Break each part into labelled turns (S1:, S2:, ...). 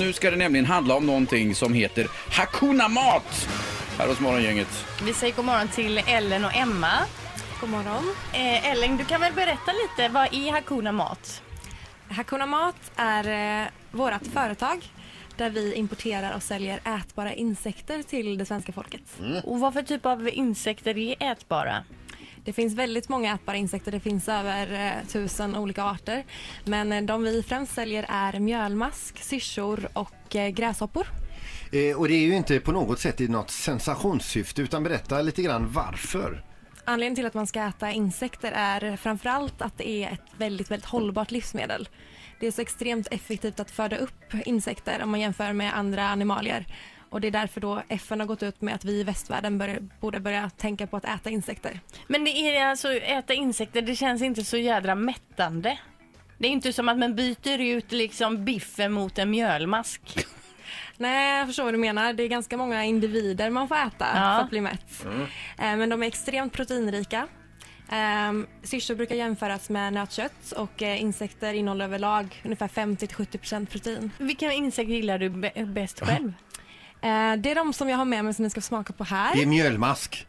S1: Nu ska det nämligen handla om någonting som heter Hakuna Mat här hos Morgongänget.
S2: Vi säger god morgon till Ellen och Emma.
S3: God morgon.
S2: Eh, Ellen, du kan väl berätta lite, vad är Hakuna Mat?
S3: Hakuna Mat är eh, vårt företag där vi importerar och säljer ätbara insekter till det svenska folket.
S2: Och vad för typ av insekter är ätbara?
S3: Det finns väldigt många ätbara insekter, det finns över eh, tusen olika arter. Men eh, de vi främst säljer är mjölmask, syrsor och eh, gräshoppor.
S4: Eh, och det är ju inte på något sätt i något sensationssyfte utan berätta lite grann varför.
S3: Anledningen till att man ska äta insekter är framförallt att det är ett väldigt, väldigt hållbart livsmedel. Det är så extremt effektivt att föda upp insekter om man jämför med andra animalier. Och det är därför då FN har gått ut med att vi i västvärlden bör, borde börja tänka på att äta insekter.
S2: Men det är alltså, äta insekter, det känns inte så jädra mättande. Det är inte som att man byter ut liksom biffen mot en mjölmask.
S3: Nej, jag förstår vad du menar. Det är ganska många individer man får äta
S2: Ja.
S3: för att bli mätt. Eh, Men de är extremt proteinrika. Ehm, Syrsor brukar jämföras med nötkött och eh, insekter innehåller överlag ungefär 50-70% protein.
S2: Vilka insekter gillar du bä- bäst själv?
S3: Eh, Det är de som jag har med mig som ni ska smaka på här.
S5: Mm.
S4: Det är mjölmask.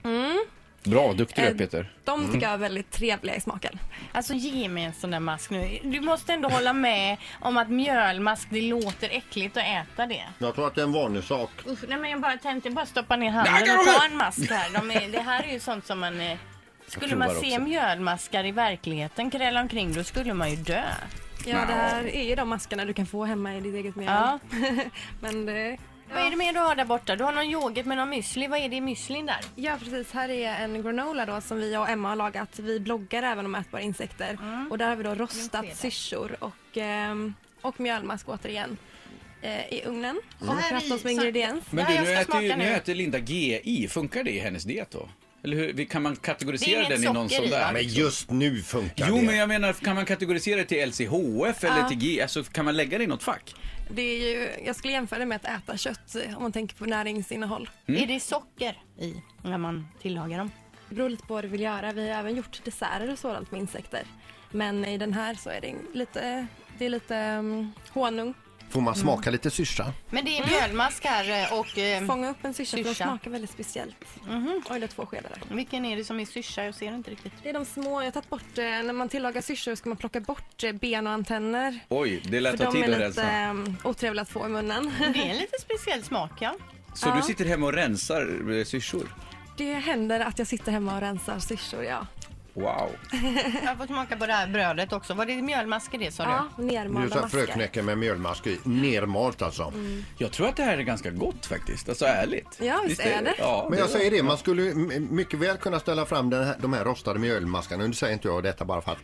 S1: Bra, duktig du är
S3: Eh,
S1: Peter.
S3: De tycker jag är väldigt trevliga i smaken.
S2: Alltså ge mig en sån där mask nu. Du måste ändå hålla med om att mjölmask, det låter äckligt att äta det.
S5: Jag tror att det är en vanlig sak.
S2: Usch, nej men jag bara tänkte bara stoppa ner handen och ta en mask här. De är, det här är ju sånt som man... eh, Skulle man
S1: provar
S2: se
S1: också.
S2: mjölmaskar i verkligheten kräla omkring då skulle man ju dö.
S3: Ja, det här är ju de maskarna du kan få hemma i ditt eget mjöl.
S2: Ja.
S3: Men eh, det...
S2: Vad är det mer du har där borta? Du har någon yoghurt med någon müsli. Vad är det i müslin där?
S3: Ja precis, här är en granola då som vi och Emma har lagat. Vi bloggar även om ätbara insekter och där har vi då rostat syrsor och, ehm, och mjölmask återigen eh, i ugnen. Och kraft dem som ingrediens.
S2: Men
S1: Men
S2: Ja, du,
S1: du,
S2: jag nu
S1: nu
S2: ska äter ju-
S1: äter,
S2: smaka nu nu.
S1: Linda GI. Funkar det i hennes diet då? Eller hur, kan man
S2: Det är
S1: kategorisera
S2: inget
S1: den
S2: den i
S1: i
S2: någon
S1: någon
S2: socker i,
S1: sån
S2: sån där? va?
S1: där?
S4: Alltså.
S5: Men just nu funkar
S1: Jo,
S5: det.
S1: men jag menar, kan man kategorisera det till LCHF eller till G? Alltså, kan man lägga det i något fack?
S3: Det är ju, jag skulle jämföra det med att äta kött eh, om man tänker på näringsinnehåll.
S1: Mm.
S2: Är det socker i när man tillagar dem?
S3: Det beror lite på vad du vill göra. Vi har även gjort desserter och sådant med insekter. Men i den här så är det lite, det är lite um, honung.
S4: Får man smaka lite syrsa?
S2: Men det är mjölmask här eh, och... eh,
S3: Fånga upp en syrsa för de
S2: Syrsa.
S3: smakar väldigt speciellt. Oj, det är två skedar där.
S2: Vilken är det som är syrsa? Jag ser inte riktigt.
S3: Det är de små, jag har tagit bort, eh, när man tillagar syrsor ska man plocka bort eh, ben och antenner.
S1: Oj, det lät
S3: För
S1: ta
S3: de
S1: tid
S3: är
S1: att
S3: lite
S1: rensa.
S3: eh, otrevliga att få i munnen.
S2: Det är en lite speciell smak ja.
S1: Så du sitter hemma och rensar eh, syrsor?
S3: Det händer att jag sitter hemma och rensar syrsor, ja.
S1: Wow.
S2: Jag får smaka på det här brödet också. Var det mjölmask i det sa du?
S3: Ja,
S5: Det är ju så
S3: nermalda
S5: här
S3: maskar.
S5: fröknäcke med mjölmask i. Nermalt alltså.
S1: Jag tror att det här är ganska gott faktiskt, alltså ärligt.
S3: Ja, visst är det.
S1: Ja,
S5: Men jag säger det, man skulle ju m- mycket väl kunna ställa fram den här, de här rostade mjölmaskarna. Nu säger inte jag detta bara för att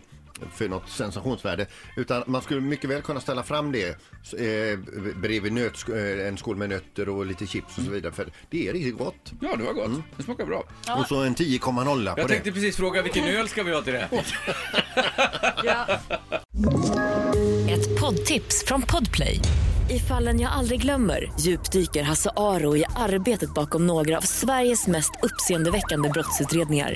S5: för något sensationsvärde. Utan man skulle mycket väl kunna ställa fram det eh, bredvid nöt, eh, en skål med nötter och lite chips och så vidare. För det är riktigt gott.
S1: Ja, det var gott. Det smakar bra.
S5: Och så en 10,0 på
S1: Jag tänkte
S5: det.
S1: precis fråga vilken öl ska vi ha till det?
S3: Ja.
S6: Ett poddtips från Podplay. I fallen jag aldrig glömmer djupdyker Hasse Aro i arbetet bakom några av Sveriges mest uppseendeväckande brottsutredningar.